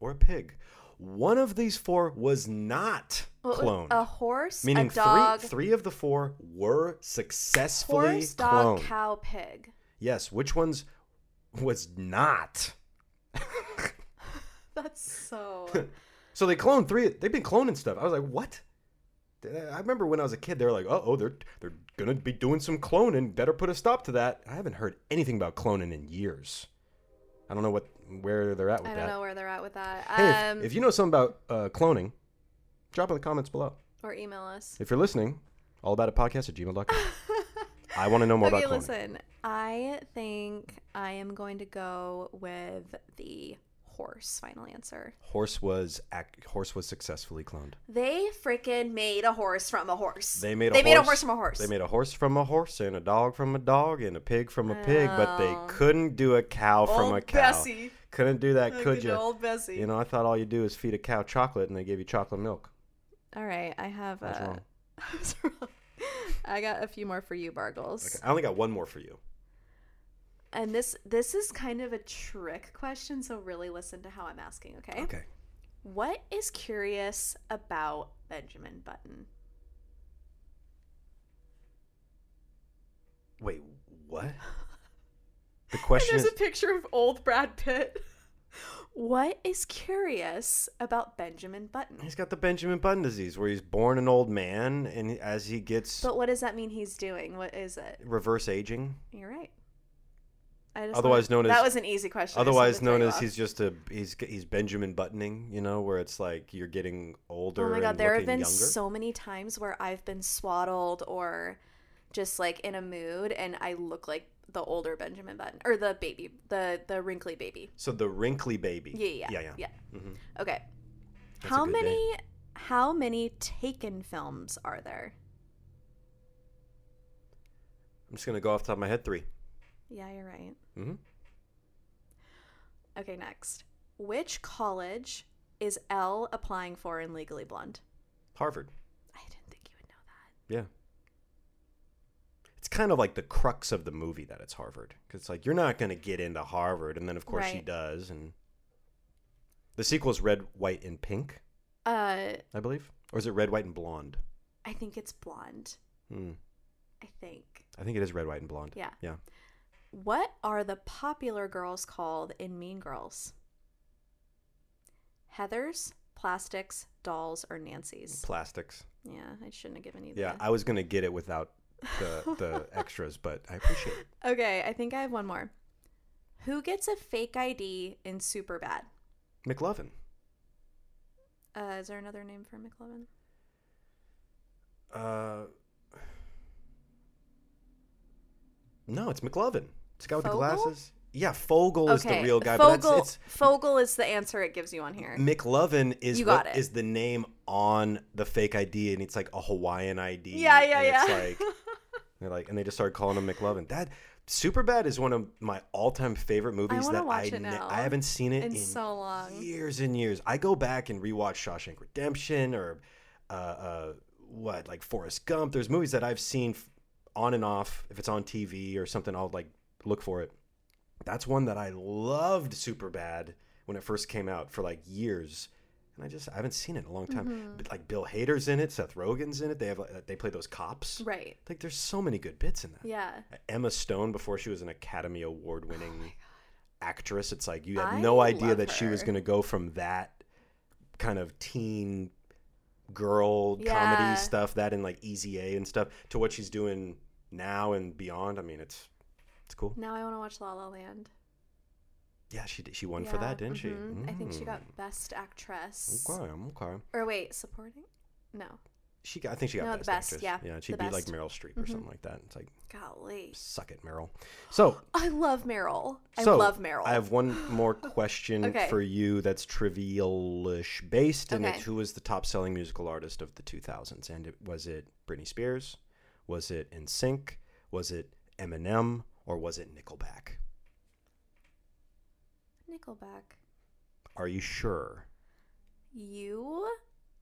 A: or a pig. One of these four was not
B: What was-
A: cloned.
B: A horse,
A: Meaning
B: a dog,
A: three three of the four were successfully
B: horse,
A: cloned.
B: dog, cow, pig.
A: Yes, which ones was not?
B: That's so.
A: So they cloned three. They've been cloning stuff. I was like, what? I remember when I was a kid, they were like, "Uh oh, they're they're gonna be doing some cloning. Better put a stop to that." I haven't heard anything about cloning in years. I don't know what where they're at with
B: I
A: that.
B: don't know where they're at with that.
A: Hey, if-
B: um,
A: if, you know something about uh, cloning, drop it in the comments below.
B: or email us.
A: If you're listening, all about it podcast at gmail.com. I want to know more
B: okay,
A: about cloning.
B: listen. I think I am going to go with the horse. Final answer.
A: Horse was ac- horse was successfully cloned.
B: They freaking made a horse from a horse.
A: They made a
B: they
A: horse,
B: made a horse from a horse.
A: They made a horse from a horse and a dog from a dog and a pig from a pig, but they
B: Oh.
A: couldn't do a cow from
B: Old
A: a cow.
B: Bessie.
A: Couldn't do that, could
B: Good
A: you?
B: old Bessie.
A: You know, I thought all you do is feed a cow chocolate and they give you chocolate milk.
B: All right, I have.
A: That's
B: uh,
A: wrong.
B: I was wrong. I got a few more for you, Bargles.
A: Okay, I only got one more for you.
B: And this this is kind of a trick question, so really listen to how I'm asking, okay?
A: Okay.
B: What is curious about Benjamin Button?
A: Wait, what? The
B: And
A: question
B: there's
A: is
B: a picture of old Brad Pitt. what is curious about Benjamin Button?
A: he's got the Benjamin Button disease where he's born an old man and he- as he gets
B: But what does that mean he's doing? What is it?
A: reverse aging,
B: You're right. I just
A: Otherwise
B: wanted-
A: known as-
B: that was an easy question. I just wanted
A: Otherwise
B: to
A: known
B: throw you
A: as
B: off.
A: he's just a he's he's Benjamin Buttoning, you know, where it's like you're getting older.
B: Oh my god,
A: and
B: there have
A: looking
B: been
A: younger.
B: so many times where I've been swaddled or just like in a mood and I look like the older Benjamin Button or the baby, the the wrinkly baby.
A: So the wrinkly baby.
B: Yeah, yeah.
A: yeah, yeah. Mhm.
B: Okay.
A: That's a
B: how
A: good day.
B: many how many Taken films are there?
A: I'm just gonna go off the top of my head. 3
B: Yeah, you're right.
A: Mm-hmm.
B: Okay, next. Which college is Elle applying for in Legally Blonde?
A: Harvard.
B: I didn't think you would know that.
A: Yeah. It's kind of like the crux of the movie that it's Harvard, because it's like you're not gonna get into Harvard, and then of course she
B: Right.
A: does, and the sequel is Red, White, and Pink,
B: Uh,
A: I believe, or is it Red, White, and Blonde?
B: I think it's Blonde.
A: Hmm.
B: I think.
A: I think it is Red, White, and Blonde.
B: Yeah.
A: Yeah.
B: What are the popular girls called in Mean Girls? Heathers, plastics, dolls, or Nancy's?
A: Plastics.
B: Yeah, I shouldn't have given you
A: Yeah,
B: that.
A: I was gonna get it without the the extras, but I appreciate it.
B: okay, I think I have one more. Who gets a fake ID in Superbad?
A: McLovin.
B: Uh, is there another name for McLovin?
A: Uh, no, it's McLovin. It's the guy with
B: Fogel?
A: the glasses. Yeah, Fogel is the real guy.
B: Fogel,
A: but it's,
B: Fogel is the answer it gives you on here.
A: it's McLovin is
B: You
A: what
B: got it.
A: is the name on the fake ID, and it's like a Hawaiian ID.
B: yeah, yeah,
A: and
B: yeah.
A: It's like They're like, and they just started calling him McLovin. That Superbad is one of my all-time favorite movies
B: wanna
A: that
B: watch
A: I
B: it
A: ne-
B: now.
A: I haven't seen it
B: in
A: in,
B: so long.
A: years and years. I go back and rewatch Shawshank Redemption or uh, uh, what like Forrest Gump. There's movies that I've seen f- on and off. If it's on TV or something, I'll like look for it. That's one that I loved Superbad when it first came out for like years. And I just I haven't seen it in a long time. But, like Bill Hader's in it, Seth Rogen's in it. They have like, they play those cops.
B: Right.
A: Like there's so many good bits in that.
B: Yeah.
A: Emma Stone before she was an Academy Award winning actress. It's like you
B: Oh I
A: had no idea
B: love
A: that she was
B: her.
A: going to go from that kind of teen girl
B: Yeah.
A: comedy stuff, that and like Easy A and stuff, to what she's doing now and beyond. I mean, it's it's cool.
B: Now I want to watch La La Land.
A: Yeah, she did- she won for
B: Yeah,
A: that, didn't
B: mhm.
A: she?
B: I think she got
A: Mm.
B: Best Actress.
A: Okay, okay.
B: Or wait, supporting? No.
A: She got. I think she got
B: No, the
A: best,
B: best,
A: actress.
B: yeah,
A: yeah. She
B: the
A: beat like
B: best. Mm-hmm.
A: Meryl Streep or something like that. It's like
B: Golly.
A: suck it, Meryl. So
B: I love Meryl. I
A: So,
B: love Meryl.
A: I have one more question
B: Okay.
A: for you that's trivial-ish based, and
B: Okay.
A: it's who was the top-selling musical artist of the 2000s? And it, was it Britney Spears? Was it NSYNC? Was it Eminem? Or was it Nickelback?
B: Nickelback.
A: Are you sure?
B: You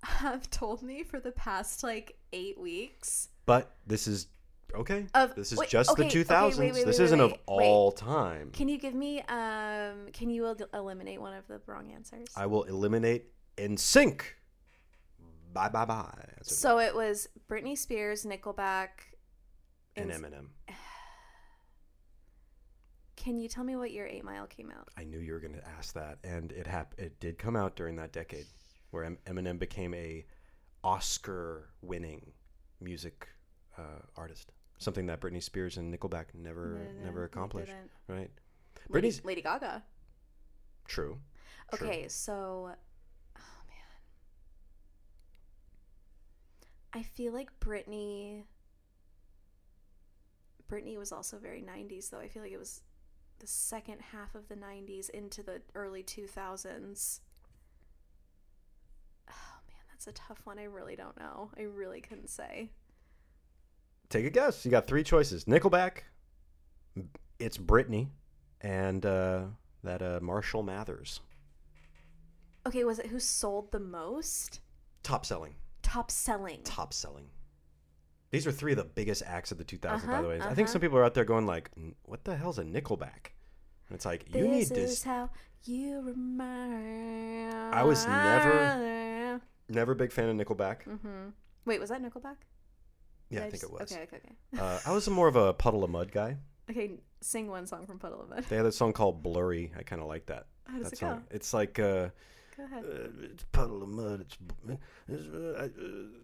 B: have told me for the past like eight weeks.
A: But this is okay.
B: Of-
A: this is
B: wait,
A: just
B: okay, okay,
A: the 2000s.
B: wait, wait,
A: this
B: wait,
A: isn't of
B: wait, wait.
A: all time.
B: Can you give me um can you el- eliminate one of the wrong answers?
A: I will eliminate NSYNC. Bye bye bye. That's it.
B: so it was Britney Spears, Nickelback.
A: and
B: ins-
A: Eminem.
B: Can you tell me what year 8 Mile came out?
A: I knew you were going to ask that, and it hap- It did come out during that decade where em- Eminem became a Oscar-winning music uh, artist, something that Britney Spears and Nickelback never
B: No, no, no,
A: never
B: they
A: accomplished.
B: didn't.
A: Right?
B: Lady-
A: Britney's
B: Lady Gaga.
A: true. True.
B: Okay, so oh man. I feel like Britney Britney was also very 90s though. I feel like it was the second half of the 90s into the early 2000s. Oh man, that's a tough one. I really don't know. I really couldn't say.
A: Take a guess. You got three choices: Nickelback, it's Britney, and uh, that uh, Marshall Mathers,
B: Okay, was it who sold the most?
A: top selling.
B: Top selling.
A: top selling. These are three of the biggest acts of the 2000s, by
B: Uh-huh,
A: the way. I
B: uh-huh.
A: think some people are out there going like, "N- "What the hell's a Nickelback?" And it's like, you
B: this
A: need to
B: is
A: s-
B: how you remind.
A: was never- Never big fan of Nickelback.
B: Mm-hmm. Wait, was that Nickelback?
A: Yeah,
B: Did
A: I think
B: just-
A: it was.
B: Okay, okay, okay.
A: Uh, I was more of a Puddle of Mud guy.
B: Okay, sing one song from Puddle of Mud.
A: They had a song called "Blurry." I kind of like that.
B: How does
A: that
B: it go?
A: song. It's like. Uh,
B: Go
A: uh,
B: ahead.
A: it's puddle of mud. It's, it's uh, I- uh,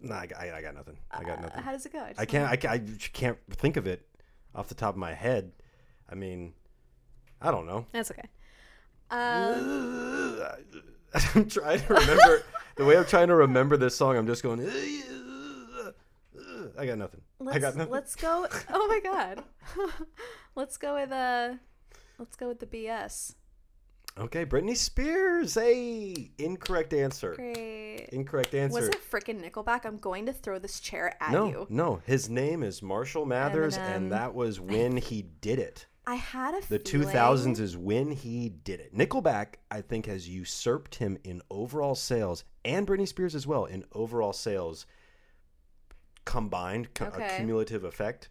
A: nah. I, got- I, I got nothing. I got
B: Uh,
A: nothing.
B: how does it go? just
A: I
B: wanna-
A: can't. I, ca- I just can't think of it off the top of my head. I mean, I don't know.
B: That's okay. Um,
A: I'm trying to remember the way I'm trying to remember this song. I'm just going. I got nothing.
B: let's
A: I got nothing.
B: let's go. Oh my god. let's go with uh, let's go with the BS.
A: Okay, Britney Spears. Hey, incorrect answer.
B: Great.
A: Incorrect answer.
B: Was it freaking Nickelback? I'm going to throw this chair at
A: no,
B: you.
A: no. His name is Marshall Mathers,
B: Eminem.
A: and that was when he did it.
B: I had a
A: The
B: feeling-
A: 2000s is when he did it. Nickelback, I think, has usurped him in overall sales and Britney Spears as well in overall sales combined, co-
B: Okay.
A: a cumulative effect.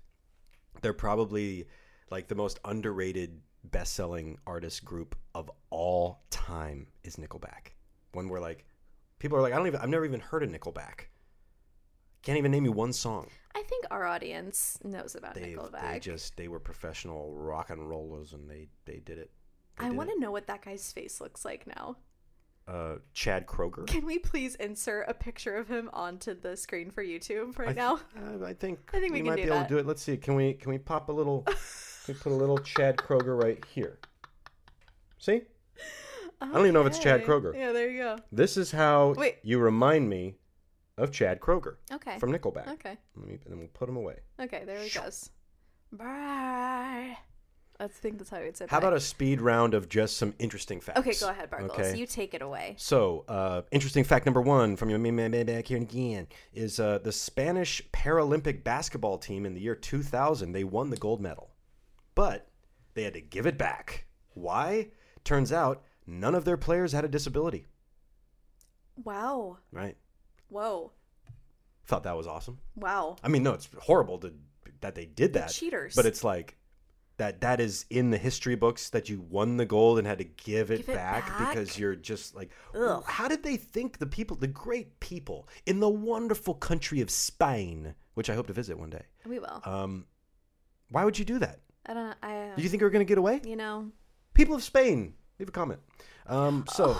A: They're probably like the most underrated best selling artist group of all time is Nickelback. One where like people are like, I don't even, I've never even heard of Nickelback. Can't even name you one song.
B: I think our audience knows about
A: They,
B: Nickelback.
A: they just they were professional rock and rollers and they they did it. They
B: I
A: did it.
B: want to know what that guy's face looks like now.
A: uh, Chad Kroger.
B: Can we please insert a picture of him onto the screen for YouTube right
A: I th-
B: now?
A: uh, I think
B: I think we can
A: might
B: do
A: be able
B: that.
A: to do it. Let's see. Can we can we pop a little? can we put a little Chad Kroger right here. See, don't even know if it's Chad
B: Okay.
A: Kroger.
B: Yeah, there you go.
A: this is how
B: Wait.
A: you remind me of Chad Kroger
B: Okay.
A: from Nickelback.
B: okay.
A: Let me and then we'll put him away.
B: Okay, there he
A: Shoo.
B: goes. Bye. I think that's how I would say.
A: How about a speed round of just some interesting facts?
B: Okay, go ahead, Bargles. You take it away.
A: So, uh, interesting fact number one from your man man- man back here again is uh, the Spanish Paralympic basketball team in the year 2000. They won the gold medal, but they had to give it back. Why? Turns out none of their players had a disability.
B: Wow.
A: Right?
B: Whoa.
A: Thought that was awesome.
B: Wow.
A: I mean, no, it's horrible to, that they did that.
B: cheaters.
A: But it's like that that is in the history books that you won the gold and had to give it,
B: Give it
A: back,
B: back?
A: because you're just like,
B: Ugh.
A: how did they think the people, the great people in the wonderful country of Spain, which I hope to visit one day,
B: We will.
A: um, why would you do that?
B: I don't. I.
A: Did you think we were going to get away?
B: you know.
A: People of Spain, leave a comment. Um, so,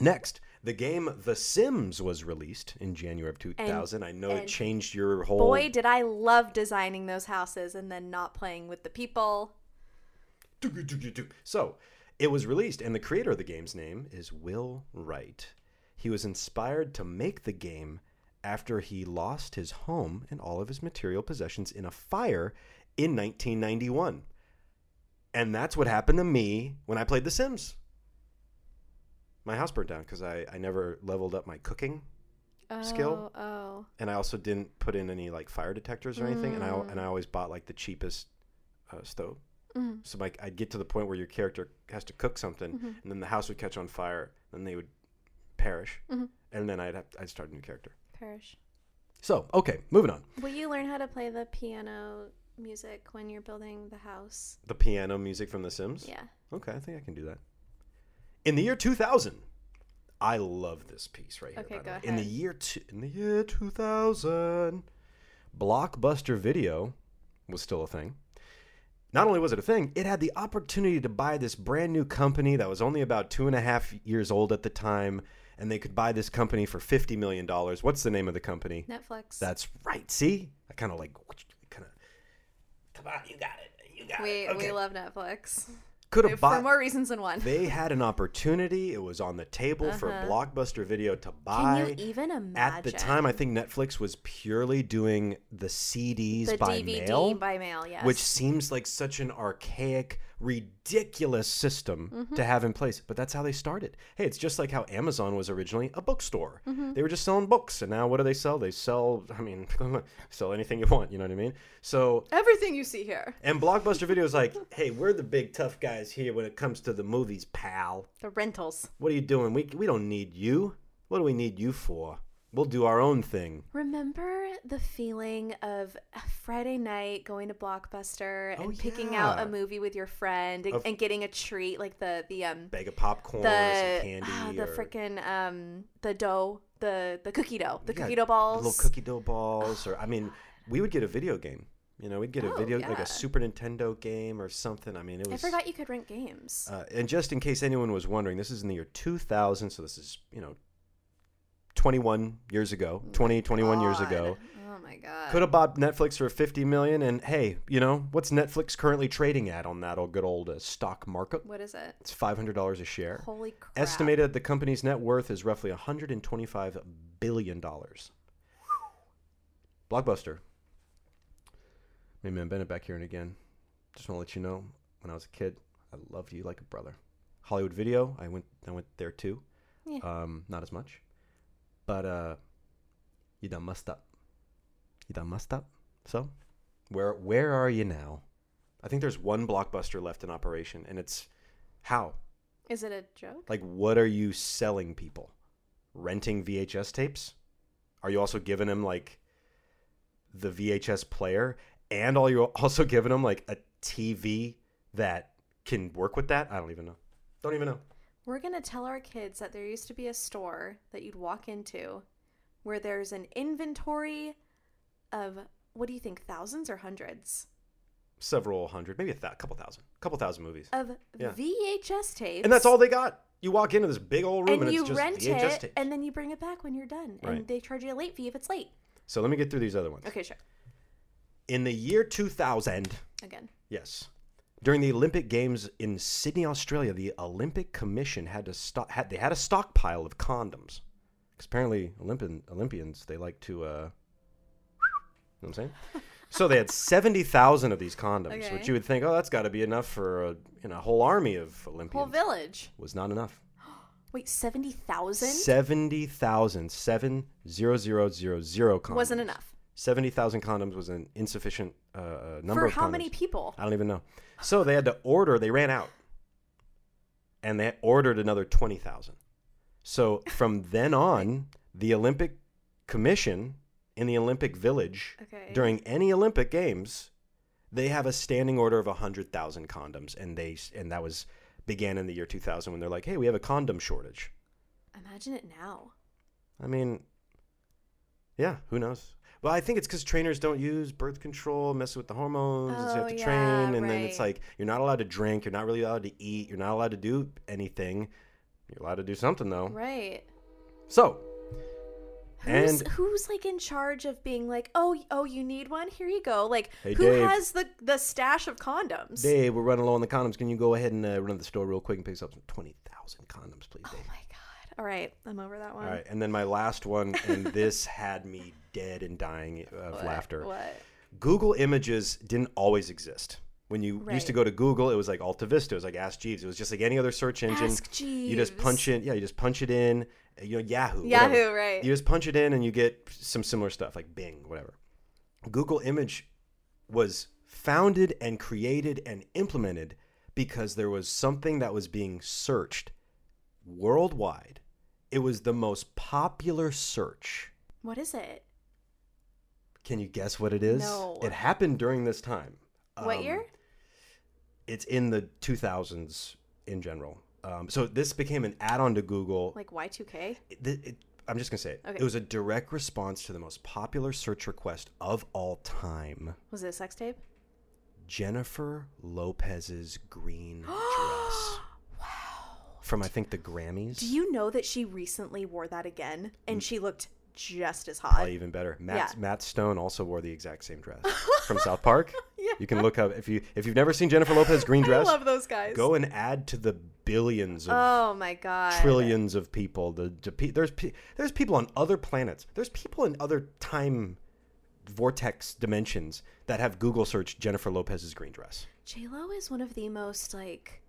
A: next, the game The Sims was released in January of 2000. I know it
B: and
A: changed your whole.
B: Boy, did I love designing those houses and then not playing with the people.
A: So, it was released, and the creator of the game's name is Will Wright. He was inspired to make the game after he lost his home and all of his material possessions in a fire in 1991. And that's what happened to me when I played The Sims. My house burnt down because I, I never leveled up my cooking, Skill?
B: Oh. oh.
A: and I also didn't put in any like fire detectors or anything. And I
B: Mm.
A: and I always bought like the cheapest uh, stove.
B: Mhm.
A: So like I'd get to the point where your character has to cook something,
B: Mhm.
A: and then the house would catch on fire, and they would perish,
B: Mhm.
A: and then I'd have, I'd start a new character.
B: Perish.
A: So okay, moving on.
B: Will you learn how to play the piano music when you're building the house?
A: The piano music from The Sims.
B: Yeah.
A: Okay, I think I can do that. In the year 2000, I love this piece right here.
B: Okay,
A: by the
B: go
A: way. In the
B: ahead.
A: year two, in the year 2000, Blockbuster Video was still a thing. Not only was it a thing, it had the opportunity to buy this brand new company that was only about two and a half years old at the time, and they could buy this company for fifty million dollars. What's the name of the company?
B: Netflix.
A: That's right. See, I kind of like kind of. Come on, you got it. You got
B: we
A: it. Okay.
B: we love Netflix
A: could have
B: for
A: bought
B: more reasons than one.
A: they had an opportunity. It was on the table for
B: Uh-huh.
A: Blockbuster Video to
B: Can you
A: buy.
B: even imagine?
A: At the time, I think Netflix was purely doing the CDs
B: the
A: by
B: DVD
A: mail,
B: by mail, yes.
A: which seems like such an archaic, ridiculous system
B: Mm-hmm.
A: to have in place. But that's how they started. Hey, it's just like how Amazon was originally a bookstore.
B: Mm-hmm.
A: They were just selling books, and now what do they sell? They sell, I mean, sell anything you want. You know what I mean? So
B: everything you see here,
A: and Blockbuster Video is like, hey, we're the big tough guys here when it comes to the movies, pal.
B: the rentals.
A: What are you doing? We, we don't need you. What do we need you for? We'll do our own thing.
B: Remember the feeling of a Friday night going to Blockbuster
A: Oh,
B: and picking out
A: yeah.
B: a movie with your friend and,
A: Of-
B: and getting a treat like the the um
A: Bag of popcorn, or some
B: the
A: candy,
B: ah, the
A: or
B: frickin' um the dough the the cookie dough the
A: Yeah,
B: cookie dough balls
A: little cookie dough balls, or I mean, we would get a video game. You know, we'd get a
B: Oh,
A: video like
B: yeah.
A: a Super Nintendo game or something. I mean, it
B: I
A: was.
B: forgot you could rent games.
A: Uh, and just in case anyone was wondering, this is in the year 2000, so this is you know, 21 years ago, 20, 21 years ago.
B: Oh God. Oh my god.
A: Could have bought Netflix for 50 million, and hey, you know what's Netflix currently trading at on that old good old uh, stock market?
B: What is it?
A: It's five hundred dollars a share.
B: Holy crap.
A: Estimated that the company's net worth is roughly one hundred and twenty-five billion dollars. Blockbuster. Hey man, Bennett back here and again. Just want to let you know, when I was a kid, I loved you like a brother. Hollywood Video, I went, I went there too.
B: Yeah.
A: Um, not as much, but uh, you done messed up. You done messed up. So, where where are you now? I think there's one blockbuster left in operation, and it's how
B: Is it a joke?
A: like, what are you selling people? Renting VHS tapes? Are you also giving them like the VHS player, and are you also giving them like a TV that can work with that? I don't even know. Don't even know.
B: We're going to tell our kids that there used to be a store that you'd walk into where there's an inventory of what do you think thousands or hundreds
A: Several hundred, maybe a thou- couple thousand, couple thousand movies,
B: of
A: Yeah.
B: VHS tapes.
A: and that's all they got. You walk into this big old room, and,
B: and you
A: it's just
B: rent
A: VHS
B: it
A: tapes.
B: and then you bring it back when you're done
A: Right.
B: and they charge you a late fee if it's late.
A: so let me get through these other ones.
B: Okay, sure.
A: In the year 2000,
B: Again.
A: Yes. During the Olympic Games in Sydney, Australia, the Olympic Commission had to stop. Had, they had a stockpile of condoms, 'Cause apparently Olympian Olympians they like to. Uh, you know what I'm saying? So they had 70,000 of these condoms, which
B: Okay.
A: you would think, oh, that's got to be enough for a, you know, a whole army of Olympians.
B: Whole village.
A: was not enough.
B: Wait, 70,000?
A: 70,000, 70000 condoms.
B: Wasn't enough.
A: 70,000 condoms was an insufficient uh, uh, number
B: For
A: of
B: how
A: condoms.
B: many people?
A: I don't even know. So they had to order. They ran out, and they ordered another twenty thousand. So from then on, the Olympic Commission in the Olympic Village
B: Okay.
A: during any Olympic Games, they have a standing order of hundred thousand condoms, and they and that was began in the year two thousand when they're like, hey, we have a condom shortage.
B: Imagine it now.
A: I mean, yeah, who knows? Well, I think it's because trainers don't use birth control, mess with the hormones, and so you
B: Oh,
A: have to
B: yeah,
A: train, and then it's
B: right.
A: like you're not allowed to drink, you're not really allowed to eat, you're not allowed to do anything. You're allowed to do something though.
B: Right.
A: So,
B: Who's,
A: And-
B: who's like in charge of being like, oh, y- oh, you need one? Here you go. Like,
A: Hey,
B: who
A: Dave.
B: has the the stash of condoms?
A: Dave, we're running low on the condoms. Can you go ahead and uh, run to the store real quick and pick up some twenty thousand condoms, please,
B: Oh
A: Dave?
B: my god. All right, I'm over that one.
A: All right, and then my last one, and this had me dead and dying of
B: What-
A: laughter.
B: What?
A: Google Images didn't always exist. When you used to
B: Right.
A: go to Google, it was like AltaVista, it was like Ask Jeeves, it was just like any other search engine.
B: Ask
A: You just punch it, yeah, you just punch it in, uh, you know, Yahoo. whatever.
B: Yahoo, right.
A: You just punch it in and you get some similar stuff like Bing, whatever. Google Image was founded and created and implemented because there was something that was being searched worldwide. It was the most popular search.
B: What is it?
A: Can you guess what it is?
B: No.
A: It happened during this time.
B: what
A: Um,
B: year?
A: It's in the 2000s in general. Um, so this became an add-on to Google.
B: Like Y2K?
A: It- th- it- I'm just gonna say it.
B: Okay.
A: It was a direct response to the most popular search request of all time:
B: Was it a sex tape?
A: Jennifer Lopez's green dress from I think the Grammys.
B: Do you know that she recently wore that again
A: Mm.
B: and she looked just as hot?
A: Probably even better. Matt
B: Yeah.
A: Matt Stone also wore the exact same dress from South Park.
B: Yeah.
A: You can look up if you if you've never seen Jennifer Lopez green dress.
B: I love those guys.
A: Go and add to the billions of
B: oh my god.
A: trillions of people. The, the pe- there's pe- there's people on other planets. There's people in other time vortex dimensions that have Google search Jennifer Lopez's green dress.
B: J-Lo is one of the most like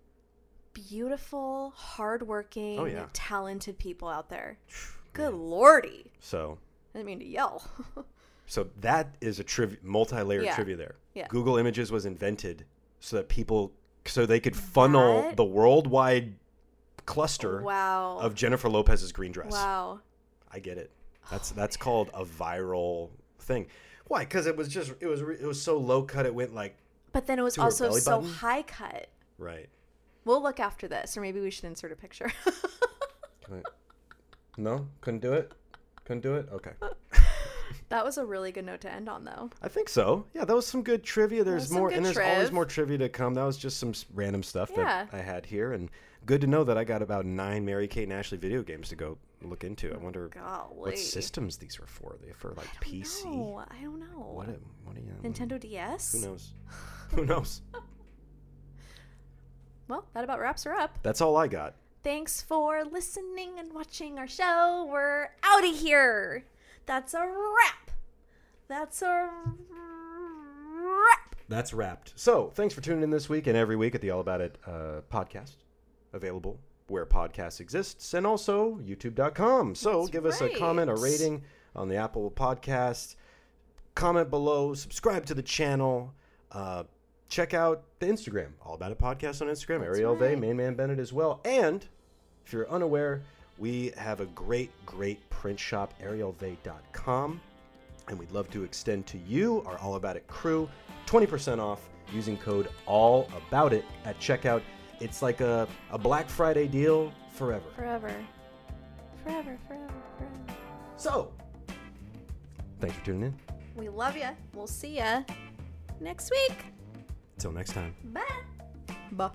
B: beautiful, hardworking,
A: Oh, yeah.
B: talented people out there. Good lordy.
A: So
B: I didn't mean to yell.
A: so that is a triv- multi-layered
B: Yeah.
A: trivia there.
B: Yeah.
A: Google Images was invented so that people so they could funnel
B: That-
A: the worldwide cluster
B: wow.
A: of Jennifer Lopez's green dress.
B: wow.
A: I get it.
B: Oh,
A: That's that's called a viral thing. Why? Because it was just it was re- it was so low cut. It went like
B: But then it was
A: To her
B: also
A: belly
B: so
A: button?
B: high cut.
A: right.
B: We'll look after this, or maybe we should insert a picture.
A: Right. No, couldn't do it. Couldn't do it. Okay,
B: that was a really good note to end on, though.
A: I think so. Yeah, that was some good trivia.
B: was
A: There's
B: some
A: more,
B: good
A: and there's always
B: triv.
A: more trivia to come. That was just some s- random stuff
B: Yeah.
A: that I had here, and good to know that I got about nine Mary Kate and Ashley video games to go look into. I wonder
B: Golly.
A: what systems these were for. Are they for like PC?
B: No, I don't know.
A: What? A, what are you?
B: Nintendo DS?
A: Who knows? Who knows?
B: Well, that about wraps her up.
A: That's all I got.
B: Thanks for listening and watching our show. We're out of here. That's a wrap. That's a wrap.
A: That's wrapped. So, thanks for tuning in this week and every week at the All About It uh, podcast, available where podcasts exists, and also YouTube.com. So,
B: That's
A: give us a
B: right.
A: comment, a rating on the Apple Podcast. Comment below. Subscribe to the channel. Uh, check out the Instagram, All About It podcast on Instagram. Ariel Vey,
B: right.
A: Main Man Bennett as well. And if you're unaware, we have a great, great print shop, arielvey.com. And we'd love to extend to you, our All About It crew, 20% off using code All About It at checkout. It's like a, a Black Friday deal forever.
B: Forever. Forever, forever, forever.
A: So, thanks for tuning in.
B: We love ya. We'll see ya next week.
A: Till next time.
B: Bye. Bye.